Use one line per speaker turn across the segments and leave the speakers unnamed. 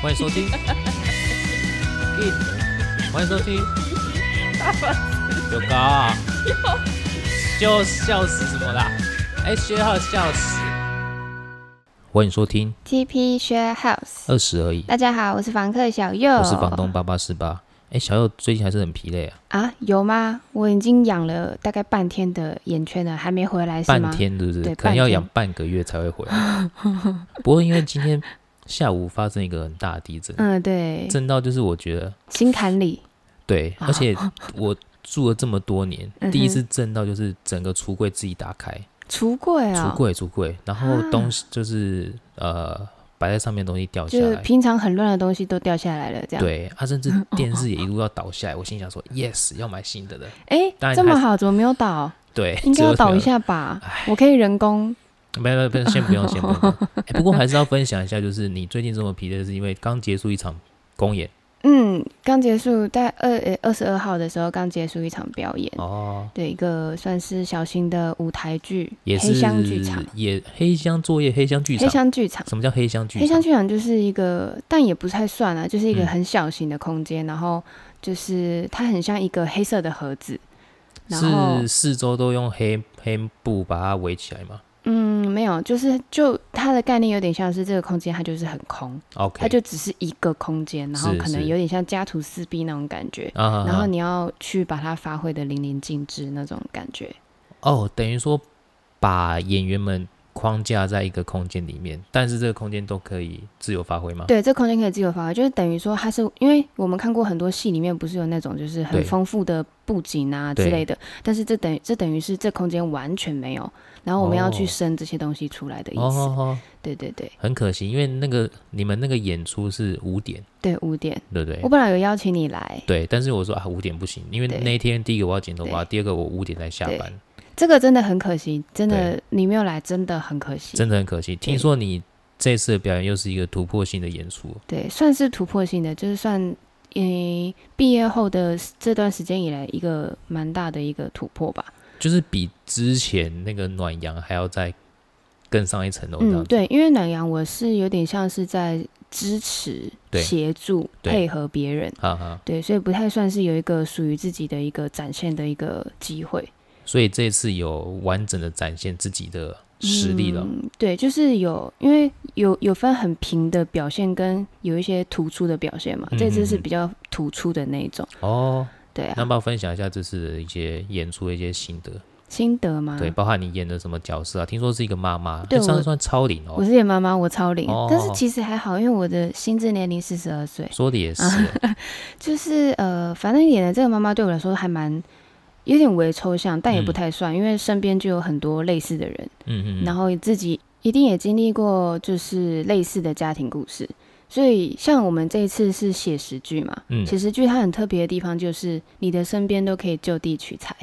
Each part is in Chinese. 欢迎收 听。欢迎收听。有高啊！就笑死什么啦？哎，学号笑死。欢迎收听
TP Share House。
二十而已，
大家好，我是房客小右，
我是房东八八四八。哎，小佑最近还是很疲累啊，
啊，有吗？我已经养了大概半天的眼圈了，还没回来是
半
吗？
天是不是？
对
可能要
半天
养半个月才会回来。不过因为今天下午发生一个很大的地震，
嗯，对，
震到就是我觉得
心坎里，
对，而且我住了这么多年，
啊 嗯哼
第一次震到就是整个橱柜自己打开，
橱柜啊、
橱柜橱柜，然后东西就是、呃摆在上面的东西掉下
就是嗯
来，
平常很乱的东西都掉下来了，这样。，
对，啊，甚至电视也一路要倒下来，我心想说 yes 要买新的了，当然
哎，这么
还是
好，怎么没 有倒？
对，
应该
只
要
有
倒
这
一
样，
下吧？我可以人工。
没有没有，先不用先不用， 哎不过还是要分享一下，就是你最近这么疲累，是因为刚结束一场公演
嗯，刚结束，在二呃二十二号的时候刚结束一场表演，
哦。
对一个算是小型的舞台剧，
也是
黑箱剧场，
也黑箱作业，黑箱剧
黑
场。
箱剧场。
什么叫黑箱剧
黑
场？
箱剧场就是一个，但也不太算啊，就是一个
嗯
很小型的空间，然后就是它很像一个黑色的盒子，然后
是四周都用黑黑布把它围起来吗
嗯，没有，就是就它的概念有点像是这个空间它就是很空，
？OK，
它就只是一个空间，然后
是
可能
是
有点像家徒四壁那种感觉，
啊啊，
然后
啊
你要去把它发挥的淋漓尽致那种感觉，
哦，等于说把演员们框架在一个空间里面，但是这个空间都可以自由发挥吗？
对，这空间可以自由发挥，就是等于说它是因为我们看过很多戏里面不是有那种就是很
对
丰富的布景啊
对
之类的，但是这等于这等于是这空间完全没有，然后我们要去
哦
生这些东西出来的意思。
哦哦哦，
对对对
很可惜，因为那个你们那个演出是五点，
对，五点，
对不对
我？本来有邀请你来，
对，但是我说啊，五点不行，因为
对
那一天第一个我要剪头发，第二个我五点才下班，
这个真的很可惜，真的你没有来真的很可惜。
真的很可惜。听说你这次的表演又是一个突破性的演出，
对，算是突破性的，就是算嗯毕业后的这段时间以来一个蛮大的一个突破吧。
就是比之前那个暖阳还要再更上一层楼这样
嗯，
子。
对，因为暖阳我是有点像是在支持、
对
协助、
对
配合别人，
哈哈，
对，所以不太算是有一个属于自己的一个展现的一个机会。
所以这次有完整的展现自己的实力了。
嗯，对，就是有，因为有有分很平的表现跟有一些突出的表现嘛，这次是
嗯嗯嗯
比较突出的那一种，
哦，
对
那要
啊，
不要分享一下这次的一些演出的一些心得？
心得嘛，
对，包哦含你演的什么角色啊？听说是一个妈妈，
嗯对
哎上次
我
算超龄
我
哦，
是演妈妈，我超龄，但是
哦
其实还好，因为我的心智年龄四十二岁，
说的也是，
就是呃，反正演的这个妈妈对我来说还蛮有点微抽象，但也不
嗯
太算，因为身边就有很多类似的人，
嗯嗯
然
嗯，
后自己一定也经历过就是类似的家庭故事。所以像我们这一次是写实剧嘛，
嗯
写实剧它很特别的地方就是你的身边都可以就地取材。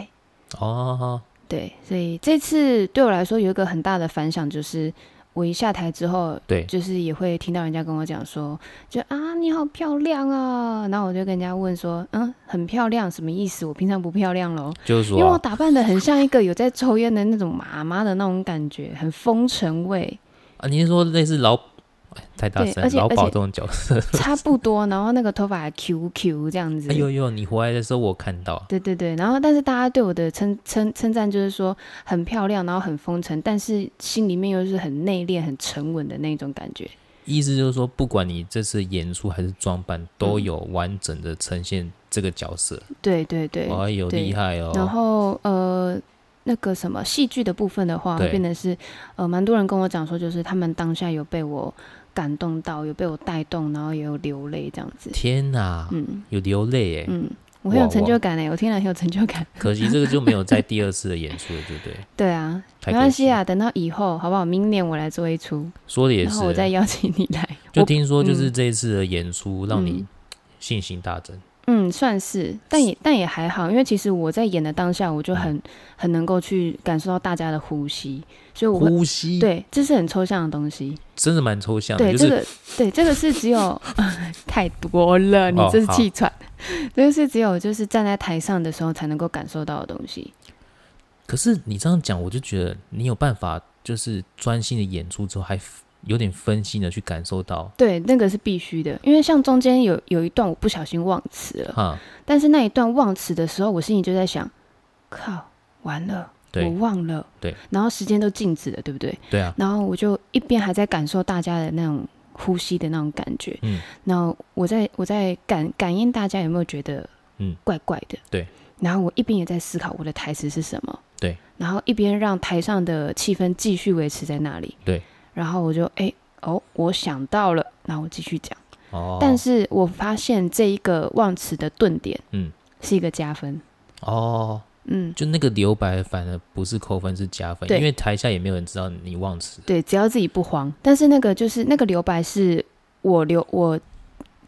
哦，
对，所以这次对我来说有一个很大的反响，就是我一下台之后，
对，
就是也会听到人家跟我讲说，就啊你好漂亮啊，然后我就跟人家问说，嗯，很漂亮什么意思？我平常不漂亮咯，
就是
因为我
说
打扮的很像一个有在抽烟的那种妈妈的那种感觉，很风尘味，
啊，你是说类似劳哎太大
对
声
而
了，
且
劳
而
保
且
这种角色？
差不多，然后那个头发还 Q Q 这样子。
哎呦呦，你回来的时候我看到，
对对对，然后但是大家对我的称称称赞就是说很漂亮，然后很风尘，但是心里面又是很内敛、很沉稳的那种感觉。
意思就是说，不管你这次演出还是装扮，都
嗯
有完整的呈现这个角色。
对对对。
哎呦，
对
厉害哦！
然后呃，那个什么戏剧的部分的话，
对
会变得是呃，蛮多人跟我讲说，就是他们当下有被我感动到，有被我带动，然后也有流泪这样子。
天哪，
嗯
有流泪哎！
嗯，我很有
哇
成
哇
就感哎、我听了很有成就感。
可惜这个就没有在第二次的演出了，对不对？
对啊，
太
没
可
关系
惜
啊，等到以后好不好？明年我来做一出，
说的也
然后我再
是，啊
邀请你来。
就
我
听说就是
嗯
这一次的演出让你
嗯
信心大增，
嗯，算是，但也但也还好，因为其实我在演的当下，我就
嗯
很很能够去感受到大家的呼吸，所以我会
呼吸，，
对，这是很抽象的东西。
真的蛮抽象的，
对，
就
这
是
个对这个是 只有太多了，你
哦
这是
好
气喘，这个是只有就是站在台上的时候才能够感受到的东西。
可是你这样讲，我就觉得你有办法，就是专心的演出之后还 f- 有点分心的去感受到，
对，那个是必须的，因为像中间有有一段我不小心忘词了，
哈，
但是那一段忘词的时候，我心里就在想，靠，完了，我
对
忘了，
对，
然后时间都静止了，对不对？
对啊，
然后我就一边还在感受大家的那种呼吸的那种感觉，
嗯，
然后我在我在感感应大家有没有觉得，
嗯，
怪怪的，
对。
然后我一边也在思考我的台词是什么，
对。
然后一边让台上的气氛继续维持在那里，
对。
然后我就哎哦，我想到了，然后我继续讲。
哦，
但是我发现这一个忘词的顿点，
嗯，
是一个加分，
哦，
嗯，
就那个留白反而不是扣分，是加分，
对
因为台下也没有人知道你忘词。
对，只要自己不慌。但是那个就是那个留白，是我留我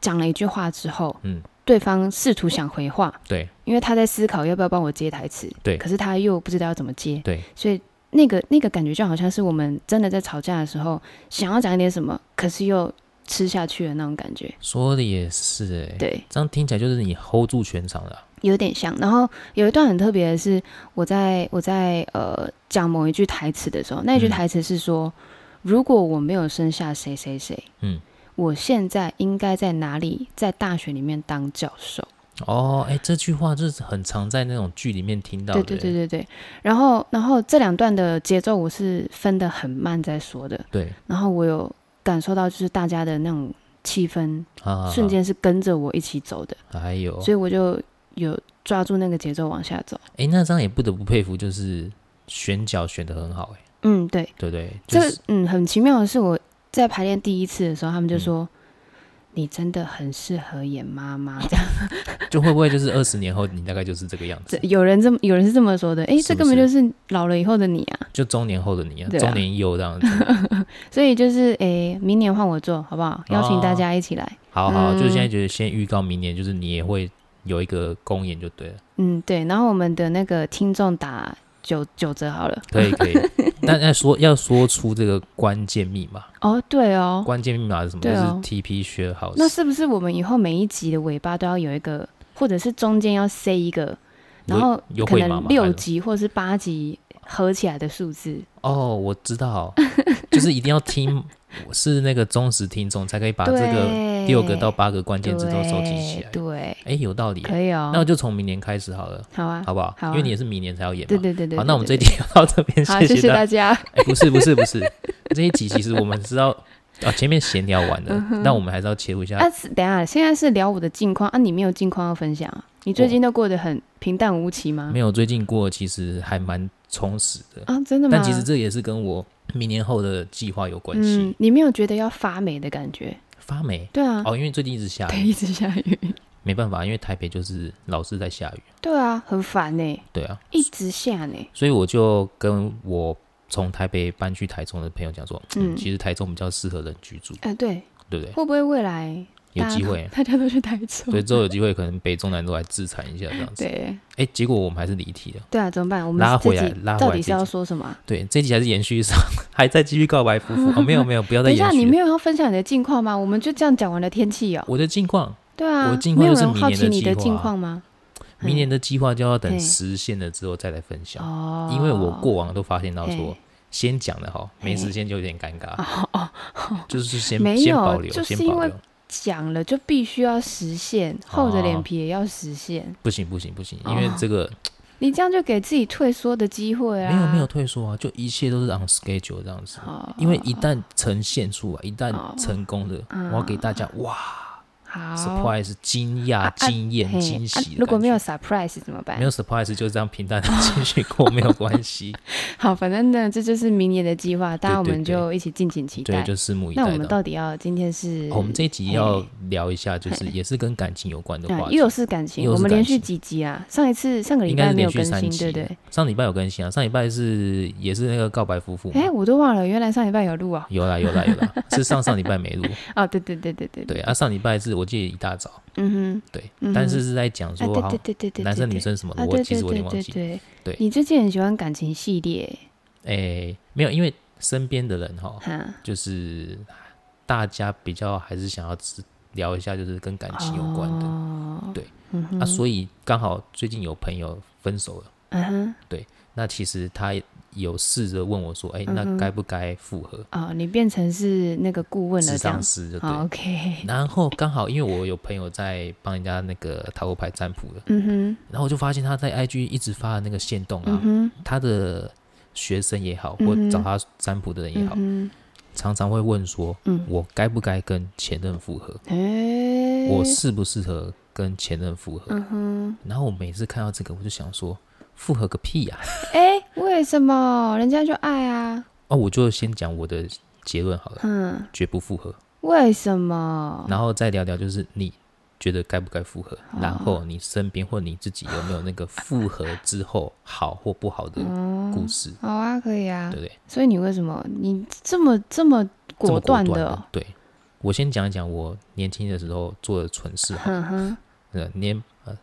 讲了一句话之后，
嗯，
对方试图想回话，
对
因为他在思考要不要帮我接台词，
对
可是他又不知道要怎么接，
对
所以那个那个感觉就好像是我们真的在吵架的时候，想要讲一点什么，可是又吃下去的那种感觉，
说的也是、欸，
对。
这样听起来就是你 hold 住全场了啊、
有点像。然后有一段很特别的是，我在我在呃讲某一句台词的时候，那一
嗯
句台词是说：“如果我没有生下谁谁谁，
嗯，
我现在应该在哪里，在大学里面当教授。
哦，哎、这句话就是很常在那种剧里面听”到的、
对
欸。
对对对对。然后然后这两段的节奏我是分的很慢在说的，
对
然后我有感受到就是大家的那种气氛
啊，哦
瞬间是跟着我一起走的，
还有，
所以我就有抓住那个节奏往下走。
哎、那这样也不得不佩服，就是选角选的很好、欸，哎，
嗯，对。
对不对？
这
就
个
是
嗯，很奇妙的是，我在排练第一次的时候，他们就
嗯
说、你真的很适合演妈妈。这样
就会不会就是二十年后你大概就是这个样子
子，，有人这么有人是这么说的，诶，
是
这
不
根本
是
就是老了以后的你啊。
就中年后的你啊，
对啊
中年忧这样子。
所以就是诶，明年换我做好不好？邀请
哦
大家一起来。
好好，就是
嗯
现在觉得先预告明年，就是你也会有一个公演就对了。
嗯，对。然后我们的那个听众打九九折好了。
可以可以， 但要说要说出这个关键密码，
哦，对哦。
关键密码是什么？就
对
是
哦
TP Share House。
那是不是我们以后每一集的尾巴都要有一个，或者是中间要塞一个，然后
优
可
惠码
能
吗？还
六
是
集或者是八集合起来的数字？
哦，我知道，就是一定要 听，我是那个忠实听众才可以把这个
对
六个到八个关键字都收集起来。
对，
哎，有道理耶。
可以哦。
那我就从明年开始好了，
好啊，
好不好？
好啊
因为你也是明年才要演嘛。
对对对对。
好，那我们这一
对
集就到这边，
对好，谢
谢
大
大家。
家。
哎，不是不是不是，这一集其实我们知道啊，前面闲聊完了，那我们还是要切入一下
嗯啊，是等一下，现在是聊我的近况啊，你没有近况要分享啊？你最近都过得很平淡无奇吗
没？有，最近过其实还蛮充实的，
啊，真的吗？
但其实这也是跟我明年后的计划有关系。
嗯，你没有觉得要发霉的感觉？
发霉
对啊，
哦，因为最近一直下
对，
雨，
一直下雨。
没办法，因为台北就是老是在下雨，
对啊，很烦呢，
对啊，
一直下呢。
所以我就跟我从台北搬去台中的朋友讲说，嗯，
嗯
其实台中比较适合人居住，
哎，对，
对不对？
会不会未来
有
大家
机
都，
会
大家都去台中
所以？之后有机会可能北中南都来自产一下这样子。
对
哎，结果我们还是离题了。
对啊，怎么办？我们
拉
自
回来
己
拉回来
到底
这
是
一
要
集
说什么啊？
对，这集还是延续上，还在继续告白夫妇 哦，没有没有，不要再
等一下，
延
你
续
没
了。
有要分享你的近况吗？我们就这样讲完了天气哦。
我的近况，
对啊，
我近
没
况
有
就是
人
明
好
年
奇
的
你
计
的
划
近
啊
况吗？
明年的计划就要等
嗯嘿
实现了之后再来分享，
哦，
因为我过往都发现到说
嘿，
先讲的哈，没
嘿
实现就有点尴尬，
哦哦
就是先
没
先
有
保留，
就是
先
因
保
为
留，
讲了就必须要实现，厚着脸皮也要实现。
不行不行不行，因为
哦
这个
你这样就给自己退缩的机会啊！
没有没有退缩啊，就一切都是 on schedule 这样子，
哦，
因为一旦呈现出来，一旦
哦
成功的，
嗯
我要给大家哇
好
surprise 惊讶
啊啊、
惊艳、
嘿
惊
啊
喜的感觉。
如果没有 surprise 怎么办
没？有 surprise 就这样平淡的继续过没有关 系，
好，反正呢，这就是明年的计划，大家我
对
们
对
就一起敬请期
对，
待。
就拭目以
那我
待
们
的。
到底要今天是
哦我们这一集要
嘿
聊一下，就是也是跟感情有关的
啊
话题。
又是感情，
又是
我们
感
连续
情
几集啊？上一次上个礼
应该
拜
是
没
连
有
续
更
三
新，
集，
对不对？
上礼拜有更新啊，上礼拜是也是那个告白夫妇嘛，
哎，我都忘了，原来上礼拜有录啊！
有啦有啦有啦，是上上礼拜没录，
哦，对对对对对，
对啊，上礼拜是我记得一大早，
嗯
对，
嗯哼
但是是在讲
哼，
说
啊，
好像
对对对对对，
男生
对
女生什么的，
啊，
我
对
其
对
实我有
对
点忘
对
记，
对，
对
你最近很喜欢感情系列，
哎，没有，因为身边的人哈，
哈，
就是大家比较还是想要知聊一下，就是跟感情有关的
哦
对，啊
嗯哼
啊，所以刚好最近有朋友分手了，
嗯哼，
那其实他有试着问我说：“哎、
嗯
那
哼
该不该复合
哦，你变成是那个顾？”问
智
了这样哦
商。师就对了。
好，OK，
然后刚好因为我有朋友在帮人家那个塔罗牌占卜的，
嗯
然后我就发现他在 IG 一直发的那个线动
哼，
啊
嗯，哼，
他的学生也好，
嗯
或
哼
找他占卜的人也
嗯
好，
哼，
常常会问说，
嗯，
我该不该跟前任复合？
哎，
我适不适合跟前任复合？
嗯哼，
然后我每次看到这个，我就想说，复合个屁啊呀、
哎，为什么人家就爱啊？
哦，我就先讲我的结论好了，
嗯，
绝不复合。
为什么？
然后再聊聊，就是你觉得该不该复合，
哦
然后你身边或你自己有没有那个复合之后好或不好的
哦，
故事，
好啊，可以啊
对。不对？
所以你为什么你这么这么
这么
果断
的，
的？哦
对。我先讲一讲我年轻的时候做的蠢事好了，
嗯哼，
呃，年呃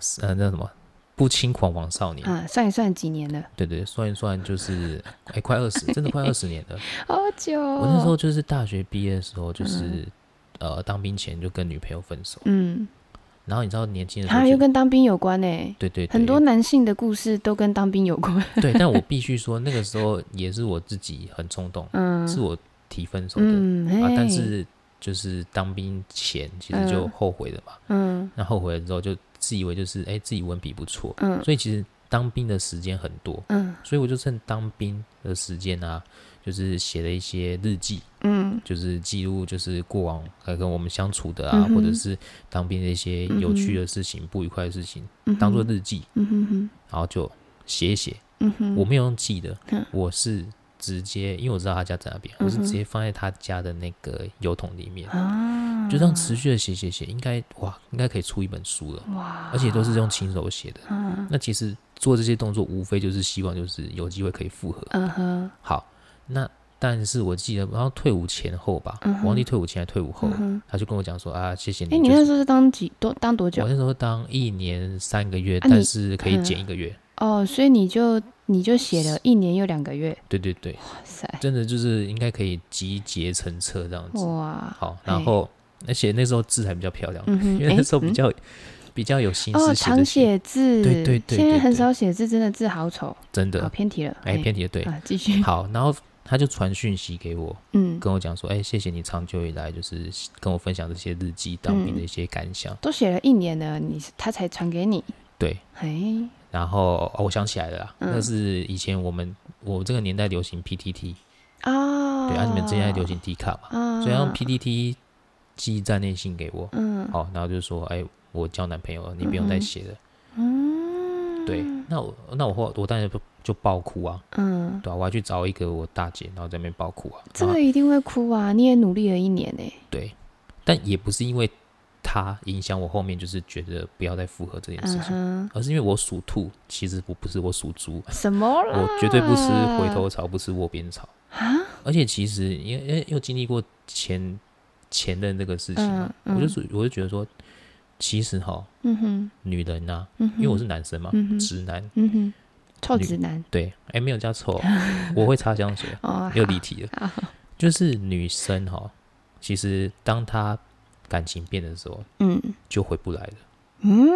是呃那什么不轻狂妄少年，
啊，算一算几年了，
对对，算一算就是哎、快二十，真的快二十 年了。
好久哦。
我那时候就是大学毕业的时候，就是、呃当兵前就跟女朋友分手，
嗯，
然后你知道年轻的时候
啊，
就
又跟当兵有关呢。
对对对
很多男性的故事都跟当兵有 关。
对，但我必须说，那个时候也是我自己很冲动，
嗯
是我提分手的、
嗯，
啊
嘿。
但是就是当兵前，其实就后悔了嘛。
嗯
那后悔了之后，就自以为就是哎、自己文笔不错，
嗯
所以其实当兵的时间很多，
嗯
所以我就趁当兵的时间啊，就是写了一些日记，
嗯
就是记录就是过往呃跟我们相处的啊，
嗯哼
或者是当兵的一些有趣的事情、不愉快的事情，
嗯，
当做日记，
嗯哼哼，
然后就写一写。
嗯哼，
我没有用寄的
嗯，
我是直接，因为我知道他家在哪边，我是
嗯哼
直接放在他家的那个油桶里面，
啊，
就这样持续的写写写，应该哇，应该可以出一本书了，
哇，
而且都是用亲手写的。
嗯
那其实做这些动作，无非就是希望就是有机会可以复合。
嗯哼
好，那但是我记得，然后退伍前后吧，
嗯
我
哼
忘记退伍前还退伍后
嗯，哼，
他就跟我讲说啊，谢谢
哎，
你，
你
就
那
是
时候是当几多当多久
我？那时候当一年三个月，
啊你
但是可以
嗯
减一个月。
哦，所以你就你就写了一年又两个月，
对对对，
哇塞，
真的就是应该可以集结成册这样子。
哇，
好，
哦嘿
然后而且那时候字还比较漂亮，
嗯哼，
因为那
诶
时候比
嗯
较、比较有心
哦，
思写
常
的信，
写字，
对对对
现在
对
很
对
少写字，真的字好丑，
真
好
的，
偏题了，
哎，
嘿
偏题的对。
啊，继续，
好，然后他就传讯息给我，
嗯，
跟我讲说，哎，谢谢你长久以来就是跟我分享这些日记当兵的一些感想。
都写了一年了，你他才传给你，
对，
哎，
然后哦，我想起来了啦，
嗯
那是以前我们我这个年代流行 PTT，
啊，
对，啊，你们现在流行 D 卡嘛，
啊，
所以他用 PTT 寄站内信给我，
嗯
好，然后就说，哎，我交男朋友了，你不用
嗯
再
哼
写了。
嗯，
对，那我那我后我当然就就爆哭啊，
嗯，
对啊，我还去找一个我大姐，然后在那边爆哭啊。
这
然后
个一定会哭啊！你也努力了一年呢、
对，但也不是因为她影响我后面就是觉得不要再复合这件事情，
嗯哼，
而是因为我属兔，其实我不是我属猪，
什么啦？
我绝对不吃回头草，不吃窝边草。
啊！
而且其实因为因为又经历过前前任这个事情啊，
嗯
我
嗯
就属我就觉得说，其实哈，
嗯哼，
女人呐、
嗯哼，
因为我是男生嘛，
嗯哼
直男
嗯哼，臭
女
直男
对，哎没有加错哦，我会擦香水。啊
哦，
又
好
离题了。就是女生哈，其实当她感情变的时候，
嗯
就回不来了，
嗯，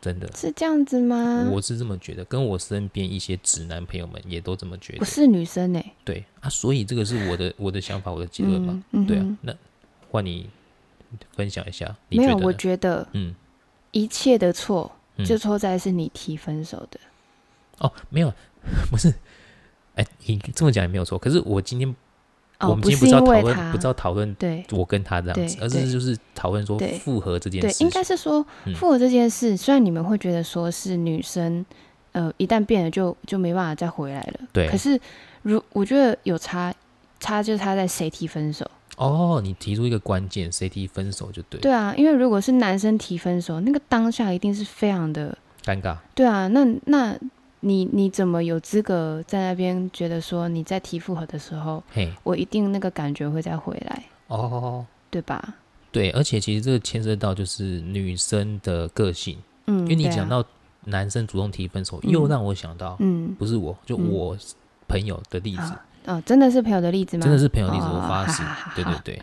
真的。
是这样子吗？
我是这么觉得，跟我身边一些直男朋友们也都这么觉得。
我是女生呢、
对啊，所以这个是我的我的想法，我的结论嘛
嗯。嗯哼，
对啊，那换你分享一下，你
没
觉
有，
得
我
呢？
觉得
嗯，
一切的错
嗯
就错在是你提分手的。
哦，没有， 不是。哎，你这么讲也没有错。可是我今天、
哦，
我们
不
今天
是
不是要
因
讨
为
论，
他，
不知道讨论
对
我跟他这样子，
对
而
对
是就是讨论说
对
复合这件
对
事，情。
应该是说
嗯
复合这件事，虽然你们会觉得说是女生，呃，一旦变了就就没办法再回来了。
对
可是如我觉得有差，差就差在谁提分手。
哦，你提出一个关键，谁提分手就对，
对啊，因为如果是男生提分手，那个当下一定是非常的，
尴尬，
对啊，那那你你怎么有资格在那边觉得说你在提复合的时候，
嘿，
我一定那个感觉会再回来，
哦，
对吧？
对，而且其实这个牵涉到就是女生的个性，
嗯，
因为你
对啊
讲，到男生主动提分手，
嗯
又让我想到，
嗯，
不是我，就
嗯
我朋友的例子，
啊哦，真的是朋友的例子吗？
真的是朋友例子，
哦
我发誓
好好好，
对对对，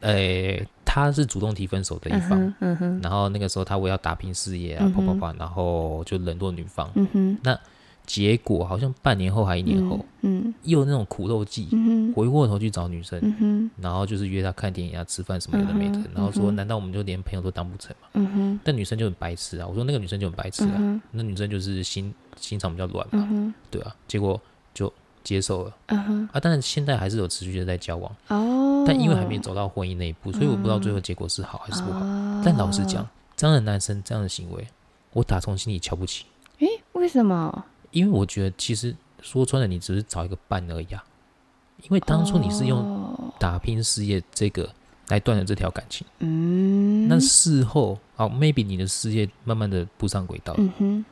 呃，他是主动提分手的一
嗯
方，
哼，嗯哼，
然后那个时候他我要打拼事业啊，
嗯
啪啪
哼
啪，然后就冷落女方，
嗯哼，
结果好像半年后还一年后，
嗯
又有那种苦肉计，
嗯哼
回过头去找女生，
嗯哼
然后就是约她看电影啊、吃饭什么有的没的，
嗯哼
然后说
嗯哼
难道我们就连朋友都当不成吗？
嗯哼
但女生就很白痴啊，我说那个女生就很白痴
嗯
啊，
哼
那女生就是心心肠比较软嘛，
嗯哼
对啊，结果就接受了
嗯哼
啊，但是现在还是有持续的在交往，
哦，嗯
但因为还没走到婚姻那一步，所以我不知道最后结果是好还是不好。
哦
但老实讲，，这样的男生这样的行为，我打从心里瞧不起，
诶，为什么？
因为我觉得其实说穿了，你只是找一个伴而已啊。因为当初你是用
哦
打拼事业这个来断了这条感情，
嗯，
那事后啊，maybe 你的事业慢慢的步上轨道，
嗯哼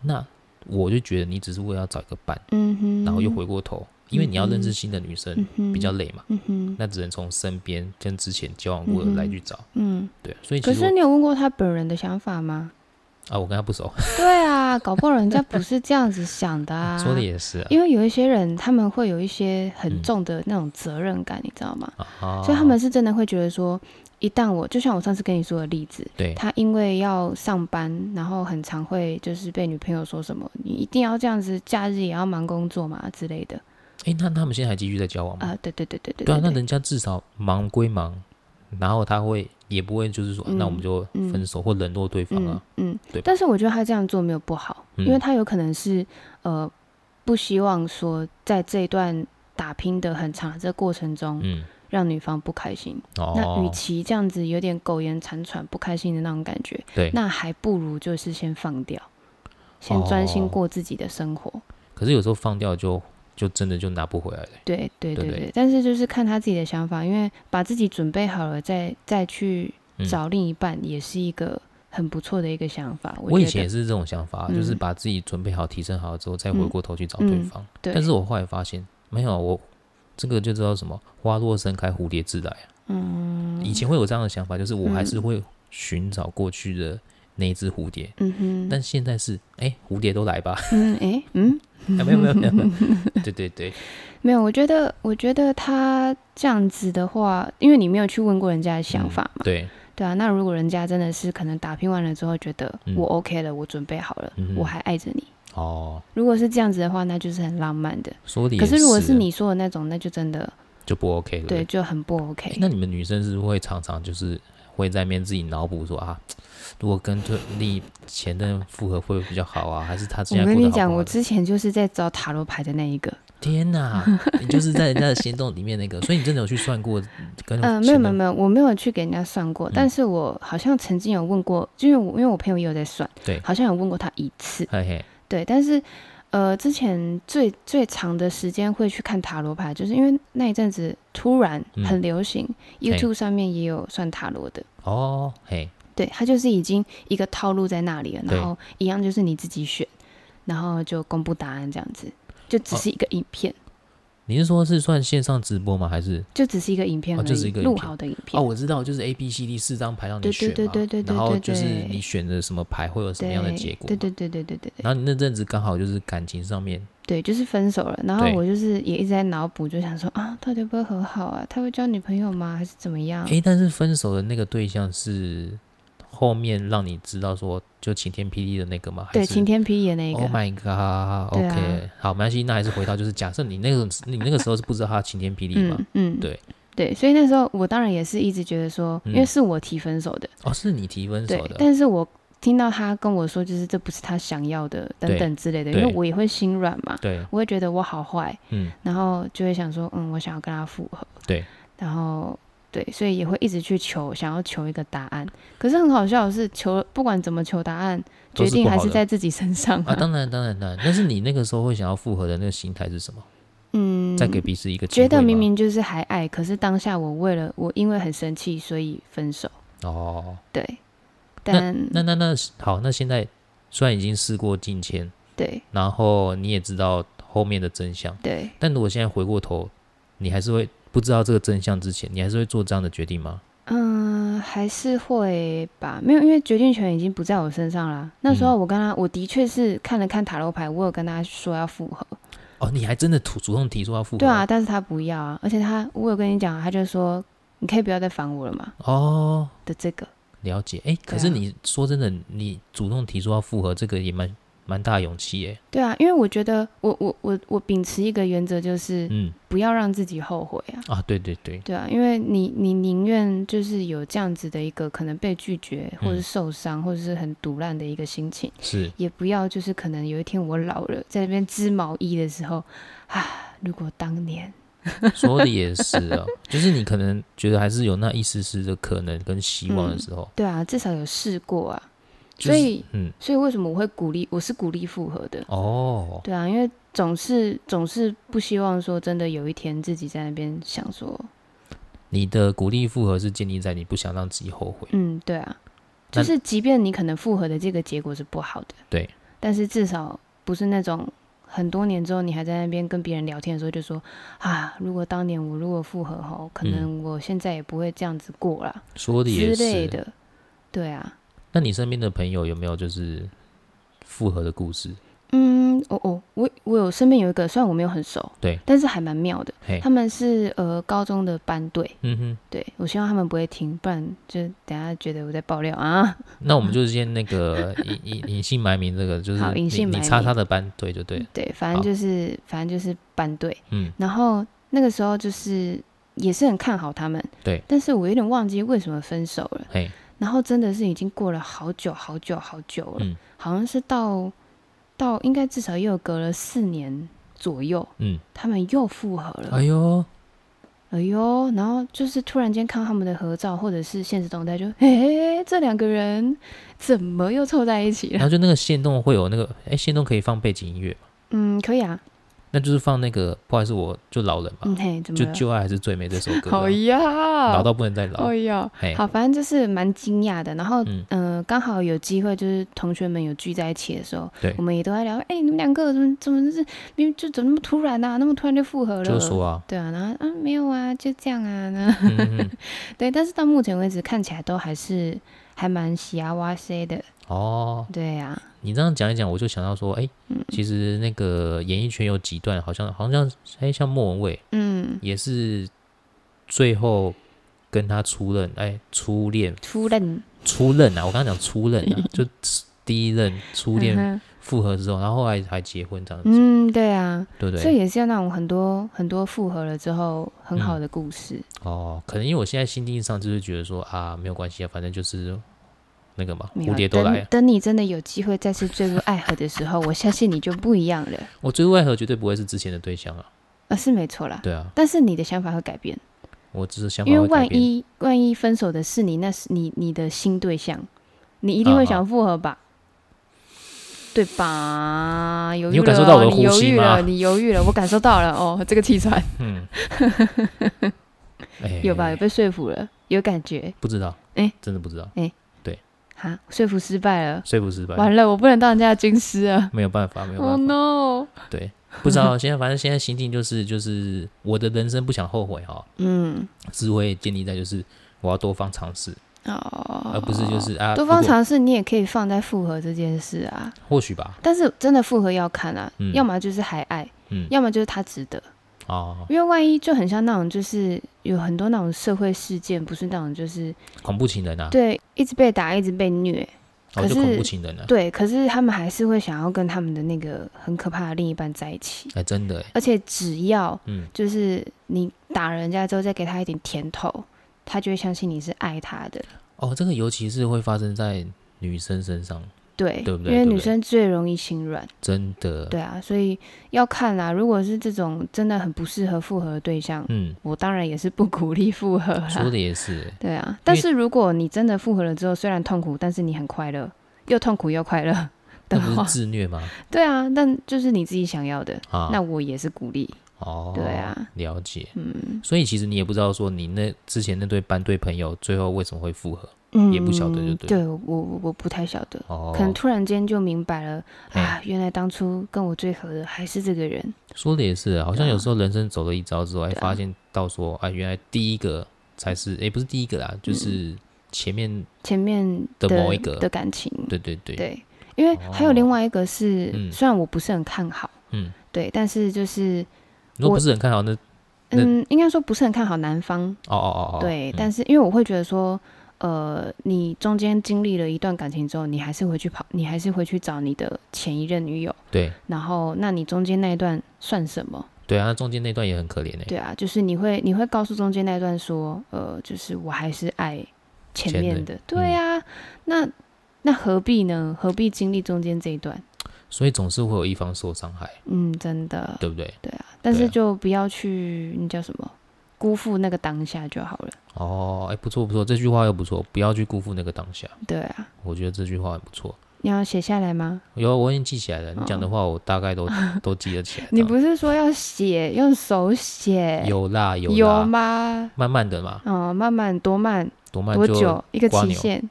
那我就觉得你只是为了要找一个伴，
嗯哼，
然后又回过头，因为你要认识新的女
嗯
生
哼
比较累嘛，
嗯哼
那只能从身边跟之前交往过的来去找，
嗯，
对，所以
可
其实
是
我
你有问过他本人的想法吗？
啊，我跟他不熟，
对啊，搞不好人家不是这样子想的 啊。
说的也是啊，
因为有一些人他们会有一些
嗯
很重的那种责任感，你知道吗？
啊，
所以他们是真的会觉得说，一旦我就像我上次跟你说的例子，
对
他因为要上班，然后很常会就是被女朋友说什么，你一定要这样子，假日也要忙工作嘛之类的
哎，那他们现在还继续在交往吗？
啊、对对对对对
哦对啊，那
对
人家至少忙归忙，然后他会也不会就是说，
嗯
那我们就分手或冷落对方
嗯
啊，
嗯
对吧，
但是我觉得他这样做没有不好，
嗯
因为他有可能是呃不希望说在这一段打拼的很长的这个过程中，
嗯，
让女方不开心。那与
哦，
其这样子有点苟延残喘、不开心的那种感觉，
对，
那还不如就是先放掉，先专心
哦
过自己的生活。
可是有时候放掉就就真的就拿不回来了，
对对
对
对
对
对，但是就是看他自己的想法，因为把自己准备好了，再再去
嗯
找另一半，也是一个很不错的一个想法。
我以
觉
前
得
也是这种想法，啊就是
嗯
把自己准备好、提升好之后，再回
嗯
过头去找对
嗯
方。
对，
但是我后来发现，没有啊我这个就知道什么花落盛开，蝴蝶自来啊。
嗯
以前会有这样的想法，就是我还是
嗯
会寻找过去的那一只蝴蝶，
嗯哼，
但现在是哎、蝴蝶都来吧，
嗯诶嗯
啊、没有没有没有，没 有对对对，
没有，我觉得我觉得他这样子的话，因为你没有去问过人家的想法嘛，
嗯对，
对啊，那如果人家真的是可能打拼完了之后觉得
嗯
我 OK 了，我准备好了，
嗯哼
我还爱着你，
哦，
如果是这样子的话，那就是很浪漫的。
说的也
可是如果是
啊
你说的那种，那就真的
就不 OK 了。不
对，就很不 OK
诶。那你们女生是不是会常常就是会在面自己脑补说啊，如果跟对另一前任复合会比较好啊，还是他现
我
在过
跟
得
你
好
讲，
不好
我
的
之前就是在找塔罗牌的那一个，
天哪，你就是在人家的心动里面那个，所以你真的有去算过跟
嗯、没有
前
没有
任
没有，我没有去给人家算
嗯
过，但是我好像曾经有问过，因为我因为我朋友也有在算，
对
好像有问过他一次，
嘿嘿，
对，但是呃，之前最最长的时间会去看塔罗牌，就是因为那一阵子突然
嗯
很流行、
嘿
y o u t u b e 上面也有算塔罗的，
哦嘿，
对，它就是已经一个套路在那里了，
对
然后一样就是你自己选，然后就公布答案这样子，就
哦
只是一个影片，
你是说是算线上直播吗？还是
就只是一个影片
哦
而已，
就只是一个影
录
片
好的影片。
哦，我知道，就是 A B C D 四张牌让你
对
选嘛，
对对对对对
然后
对
就是
对
你选的什么牌会有什
对
么样的结果，
对。对对对对对对
然后你那阵子刚好就是感情上面，
对，就是分手了。然后
对
我就是也一直在脑补，就想说啊，到底会不会和好啊？他会交女朋友吗？还是怎么样？
诶，但是分手的那个对象是后面让你知道说就晴天霹雳的那个吗？还
对，
是
晴天霹雳的那一个。
Oh my
对
god！OK，、
啊
好，没关系，那还是回到就是假设你那个你那个时候是不知道他晴天霹雳嘛？
嗯嗯，
对
对，所以那时候我当然也是一直觉得说，因为
嗯
是我提分手的，
哦，是你提分
对
手，的，
但是我听到他跟我说，就是这不是他想要的等
对
等之类的，因
对
为我也会心软嘛，
对，
我会觉得我好坏，
嗯，
然后就会想说，嗯，我想要跟他复合，
对，
然后对，所以也会一直去求，想要求一个答案。可是很好笑的是，求不管怎么求答案，
都
决
是
定
不好
还是
的
在自己身上
啊，当然当然当然，但是你那个时候会想要复合的那个心态是什么？
嗯，
再给彼此一个机会
觉
吗
得明明就是还爱，可是当下我为了我因为很生气，所以分手。
哦，
对，但
那那那好，那现在虽然已经事过境迁，
对
然后你也知道后面的真相，
对，
但如果现在回过头，你还是会不知道这个真相之前，你还是会做这样的决定吗？
嗯，还是会吧，没有，因为决定权已经不在我身上啦。那
嗯
时候我跟他，我的确是看了看塔罗牌，我有跟他说要复合，
哦，你还真的主主动提出要复合？
对啊，，但是他不要啊，而且他，我有跟你讲啊，他就说你可以不要再烦我了嘛
哦，
的这个，
了解。哎，可是
对啊
你说真的，你主动提出要复合，这个也蛮蛮大的勇气耶。
对啊，因为我觉得我我我我秉持一个原则，就是
嗯
不要让自己后悔啊。
啊，对对对，
对啊，因为你你宁愿就是有这样子的一个可能被拒绝，或者是受伤，或者是很毒烂的一个心情，
是
也不要就是可能有一天我老了，在那边织毛衣的时候，啊，如果当年，
说的也是哦，就是你可能觉得还是有那一丝丝的可能跟希望的时候，
对啊，至少有试过啊。
就是
所以
嗯
所以为什么我会鼓励？我是鼓励复合的，
哦，
对啊，因为总是总是不希望说真的有一天自己在那边想说，
你的鼓励复合是建立在你不想让自己后悔，
嗯，对啊，
那
就是即便你可能复合的这个结果是不好的，
对，
但是至少不是那种很多年之后你还在那边跟别人聊天的时候就说啊，如果当年我如果复合吼，可能我现在也不会这样子过啦、
说的嗯也
之类
是。
的，对啊，
那你身边的朋友有没有就是复合的故事？
嗯，哦哦，我我有身边有一个，虽然我没有很熟，
对，
但是还蛮妙的，
嘿，
他们是呃高中的班队，
嗯哼。
对我希望他们不会听，不然就等下觉得我在爆料啊，
那我们就先那个隐隐隐姓埋名，这个就是
好
你
隐姓埋
你
名
插他的班，对就对了，
对，反正
好
就是反正就是班队。
嗯，
然后那个时候就是也是很看好他们，
对，
但是我有点忘记为什么分手了。
嘿，
然后真的是已经过了好久好久好久了，
嗯
好像是到到应该至少又隔了四年左右，
嗯，
他们又复合了。
哎 呦，
哎呦，然后就是突然间看他们的合照或者是现实动态，就 哎，这两个人怎么又凑在一起
然
了？
后就那个线动会有那个，哎，线动可以放背景音乐嘛，
嗯，可以啊，
那就是放那个，不好意思，我就老人嘛
嗯，嘿，怎么
就
了？
旧爱还是最美这首歌啊，
好呀，
老到不能再老
哎，呀，
嘿，
好，反正就是蛮惊讶的。然后，
嗯
嗯，呃刚、好有机会，就是同学们有聚在一起的时候，
对
我们也都在聊，哎、你们两个怎么怎么是，你们就怎么那么突然呐、啊，那么突然就复合了？
就说 啊，
对啊，然后啊，没有啊，就这样啊，那
嗯嗯嗯
对，但是到目前为止看起来都还是还蛮喜啊哇塞的，
哦，
对啊，
你这样讲一讲，我就想到说，哎，
嗯
其实那个演艺圈有几段，好像好像哎，像莫文蔚
嗯，
也是最后跟他初任，哎，初恋
突然，
初任啊，我刚刚讲初任 啊，就第一任初恋
嗯哼
复合之后，然后后来还结婚这样子，
嗯，对啊，
对不
所以
对？
也是有那种很多很多复合了之后很
嗯
好的故事，
哦，可能因为我现在心境上就是觉得说啊，没有关系啊，反正就是那个嘛，
没有
蝴蝶都来啊
等
了。
等你真的有机会再次坠入爱河的时候， 我相信你就不一样了。
我最外合绝对不会是之前的对象啊，
啊，是没错啦。
对啊，
但是你的想法会改变，
我只是想法
因为
会改
万
变。
一万一分手的是你，那是你你的新对象，你一定会
啊
想复合吧？对吧？犹
啊你
豫
有
了，
感受到我的
你
呼
犹
吸
豫
吗
了，你犹豫了，我感受到了哦，这个气 喘
嗯，哎
有吧？有被说服了，有感觉
不知道，
哎
真的不知道，
哈，说服失败了，
说服失败，
完了，我不能当人家的军师啊
没有办法，没有
！Oh
办法，
no！
对，不知道。现在反正现在心境就是就是我的人生不想后悔哈、
嗯，
是会建立在就是我要多方尝试，
哦，
而不是就是啊
多方
如果
尝试，你也可以放在复合这件事啊。
或许吧，
但是真的复合要看啊，
嗯
要么就是还爱，
嗯
要么就是他值得。
啊，
因为万一就很像那种，就是有很多那种社会事件，不是那种就是
恐怖情人啊，
对一直被打，一直被虐，
哦
可
就恐
是
怖情人啊，
对，可是他们还是会想要跟他们的那个很可怕的另一半在一起，
哎，真的哎，
而且只要
嗯
就是你打人家之后，再给他一点甜头，他就会相信你是爱他的，
哦，这个尤其是会发生在女生身上，
对，
对不对
因
对
为
不
女
对
生最容易心软，
真的，
对啊，所以要看啦、如果是这种真的很不适合复合的对象，
嗯，
我当然也是不 鼓励复合啦。
说的也是哎，
对啊，但是如果你真的复合了之后，虽然痛苦，但是你很快乐，又痛苦又快乐的
那不
话
是，自虐吗？
对啊，但就是你自己想要的，
啊，
那我也是鼓励。
哦，
对啊，
了解。
嗯
所以其实你也不知道说你那之前那对班对朋友最后为什么会复合
嗯
也不晓得就对
对我我我不太晓得，
哦
可，能突然间就明白了
嘿
啊，原来当初跟我最合的还是这个人。
说的也是啊，好像有时候人生走了一遭之后，哎，
对啊
发现到说啊，原来第一个才是，哎，不是第一个啦，
嗯
就是前面，
前面
的
的
某一个
的感情，
对对对，
对，因为还有另外一个是，
嗯
虽然我不是很看好，
嗯，
对，但是就是
如果
我
不是很看好，那那哦
嗯，应该说不是很看好男方，
哦哦哦哦，
对，
嗯
但是因为我会觉得说，呃，你中间经历了一段感情之后，你还是回去跑，你还是回去找你的前一任女友，
对
然后那你中间那一段算什么？
对啊，中间那段也很可怜哎、
对啊，就是你会你会告诉中间那一段说，呃，就是我还是爱前
前
面
任
的，对啊，那那何必呢？何必经历中间这一段？
所以总是会有一方受伤害，
嗯，真的，
对不对？
对啊，但
对
是
啊
就不要去那叫什么辜负那个当下就好了，
哦，哎，不错不错，这句话又不错，不要去辜负那个当下，
对啊，
我觉得这句话很不错。
你要写下来吗？
有，我已经记起来了。你讲的话，我大概 都都记得起来。
嗯你不是说要写用手写？
有啦有
哦有
啦，
吗？
慢慢的嘛，
哦，慢慢多慢
多慢
多
就，
久一个
瓜
期
牛
限？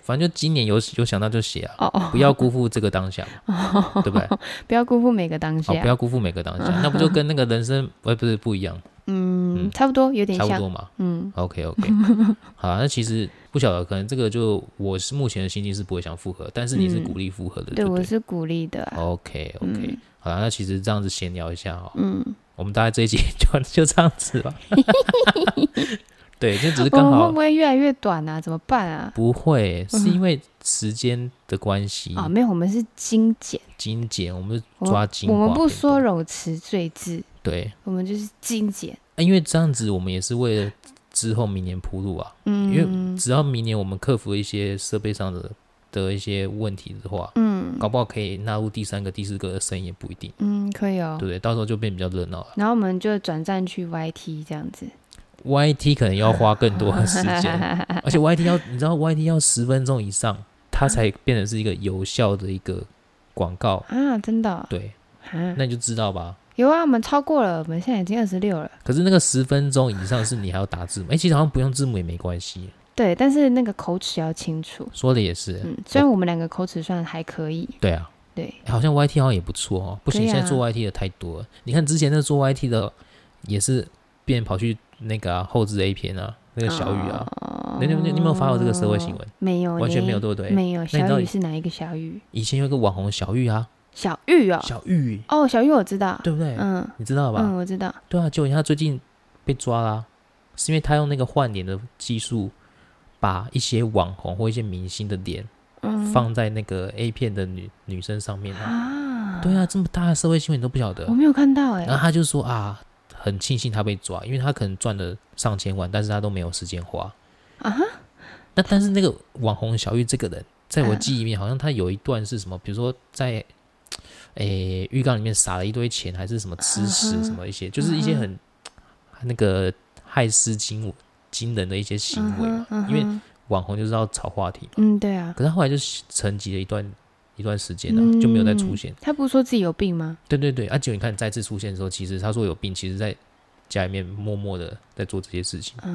反正就今年有有想到就写啊，
哦哦，
不要辜负这个当下，对 不对？
不要辜负每个当
哦，
下
不。要辜负每个当下，那不就跟那个人生呃不是不一样，
嗯，差不多，有点
差不
像。
多嘛。
嗯
OK OK，好啊，那其实不晓得，可能这个就我是目前的心境是不会想复合，但是你是
嗯
鼓励复合的，
对，
不
我
对
是鼓励的啊。
？OK OK，
嗯
好啊，那其实这样子闲聊一下哈，
嗯，
我们大概这一集 就就这样子吧。 对，这只是
我
刚
们会
好
不会越来越短啊？怎么办啊？
不会，是因为时间的关系，
啊，没有，我们是精简，
精简，我们
我
就
们
抓精
我
华变多。
们不说冗词赘字，
对，
我们就是精简。
啊因为这样子我们也是为了之后明年铺路啊。因为
嗯
只要明年我们克服一些设备上的的一些问题的话，
嗯
搞不好可以纳入第三个、第四个的声音也不一定，
嗯，可以哦
对不。对？到时候就变比较热闹了。
然后我们就转战去 YT 这样子，
YT 可能要花更多的时间，而且 YT 要你知道 YT 要十分钟以上，它才变成是一个有效的一个广告。
啊，真的哦
对，
啊，
那你就知道吧。
有啊，我们超过了，我们现在已经二十六了。
可是那个十分钟以上是你还要打字幕，哎、其实好像不用字幕也没关系。
对，但是那个口齿要清楚。
说的也是，
嗯，虽然我们两个口齿算还可以，
对啊，
对，
好像 YT 好像也不错哦。不行，
对啊
现在做 YT 的太多了。你看之前那做 YT 的也是变跑去那个、啊、后置 A 片啊，那个小雨啊，
哦
你有你有没有 follow 这个社会新闻？
没有呢，
完全没有，对不对？
没有。
那你知
小
道
雨是哪一个小雨？
以前有一个网红小玉啊，
小玉哦，
小玉，
哦，小玉我知道，
对不对？
嗯
你知道吧？
嗯，我知道，
对啊，结果他最近被抓啦、是因为他用那个换脸的技术，把一些网红或一些明星的脸
嗯，
放在那个 A 片的女女生上面啊。
啊，
对啊，这么大的社会新闻你都不晓得
我。没有看到哎
然，后他就说啊，很庆幸他被抓，因为他可能赚了上千万，但是他都没有时间花。
啊哈，
那但是那个网红小玉这个人，在我
嗯
记忆里面，好像他有一段是什么，比如说在诶浴缸里面撒了一堆钱，还是什么吃
嗯
屎
哼
什么一些，就是一些
嗯
很那个害尸惊我惊人的一些行为嘛。
嗯哼
因为
嗯哼
网红就是要炒话题嘛。
嗯，对啊，
可是他后来就沉寂了一段一段时间啊，就没有再出
嗯
现。
他不是说自己有病吗？
对对对，啊，结果你看再次出现的时候，其实他说有病，其实在家里面默默的在做这些事情，
啊，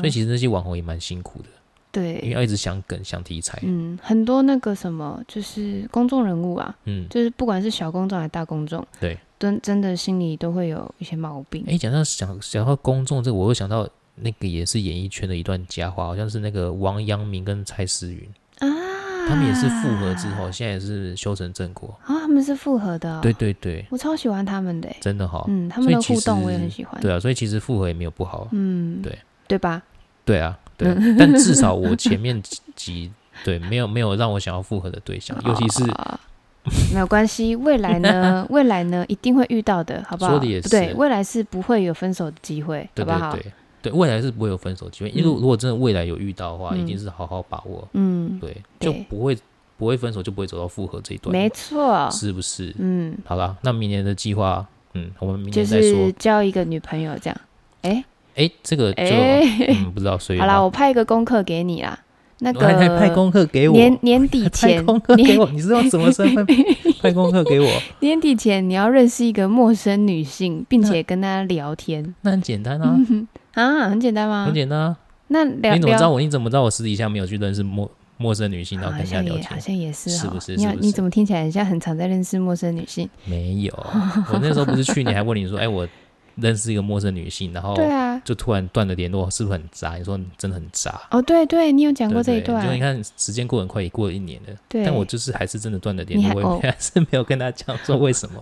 所以其实那些网红也蛮辛苦的，因为
嗯对，
要一直想梗、想题材，
嗯，很多那个什么，就是公众人物啊，
嗯，
就是不管是小公众还是大公众，
对，
真真的心里都会有一些毛病。
哎、讲到想想到公众这个，我又想到那个也是演艺圈的一段佳话，好像是那个王阳明跟蔡诗芸，
啊，
他们也是复合之后，现在也是修成正果，
啊，他们是复合的哦、
对对对，
我超喜欢他们的欸、
真的哈、
嗯，他们
所以
的
其
互动
实
我也很喜欢，
对啊，所以其实复合也没有不好，
嗯，
对
对吧？
对啊，对，但至少我前面几集对没有没有让我想要复合的对象，尤其是
啊没有关系，未来 呢，未来呢一定会遇到的，好不好？
说得也
不对，
是
未来是不会有分手的机会，
对
好不
对
好？
对对，未来是不会有分手机会，因为
嗯
如果真的未来有遇到的话，一定
嗯
是好好把握，
嗯，
对，就
对
不会不会分手，就不会走到复合这一段，
没错，
是不是？
嗯，
好啦，那明年的计划，嗯，我们明
就
年再说
是。交一个女朋友这样。
哎，这个就
哎、
嗯不知道随
好
缘
啦，
吧。
我派一个功课给你啦。那
我还还派
个
功课给我，
年年底
还派
前
功课，给
年
我，你是用什么 身份派功课给我？
年底前你要认识一个陌生女性，并且跟她聊天
那很简单啊，
啊，很简单吗
很？简单啊。
那聊
你怎么知道
聊
我？你怎么知道我私底下没有去认识陌陌生女性，然后
好
跟人家
像
聊
也
天
好？像也是
是
哈
不是
你
是
好
不
你
是
怎么听起来很像很常在认识陌生女性？
没有，我那时候不是去年还问 你说，哎、我认识一个陌生女性，然后
对啊，
就突然断了联络，是不是很渣？你说你真的很渣，
哦对对，你有讲
对
过
不
这一
对？就你
段，
看时间过很快，也过了一年了，
对，
但我就是还是真的断了联
你
络，
还
我也没 还是没有跟他讲说为什么。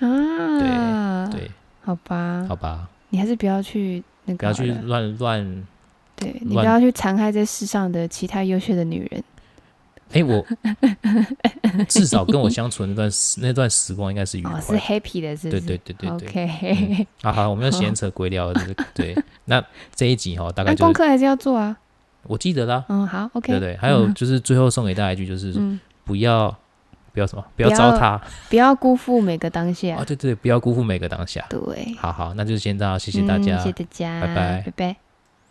啊，
对，
好吧，
好吧，
你还是不要去那
不
个
要
哦好
去
了
乱乱
对你不
乱
要去残害这世上的其他优秀的女人。
哎、 我至少跟我相处的那段时那段时光应该是愉
哦，
快
是
的。
happy 的，是不
对
是？
对对对对。
OK，
啊，好，我们要闲扯鬼聊了，这个 对。那这一集哈，大概
那
就是
功课还是要做啊。
我记得啦，
嗯，好，OK。
对不对？还有就是最后送给大家一句，就是
嗯，
不要不要什么，不
要
要糟蹋哦
不要辜负每个当下
啊！。对对，不要辜负每个当下。
对，
好好，那就先这样，谢谢大
嗯
家
谢谢。大家，
拜拜
拜拜。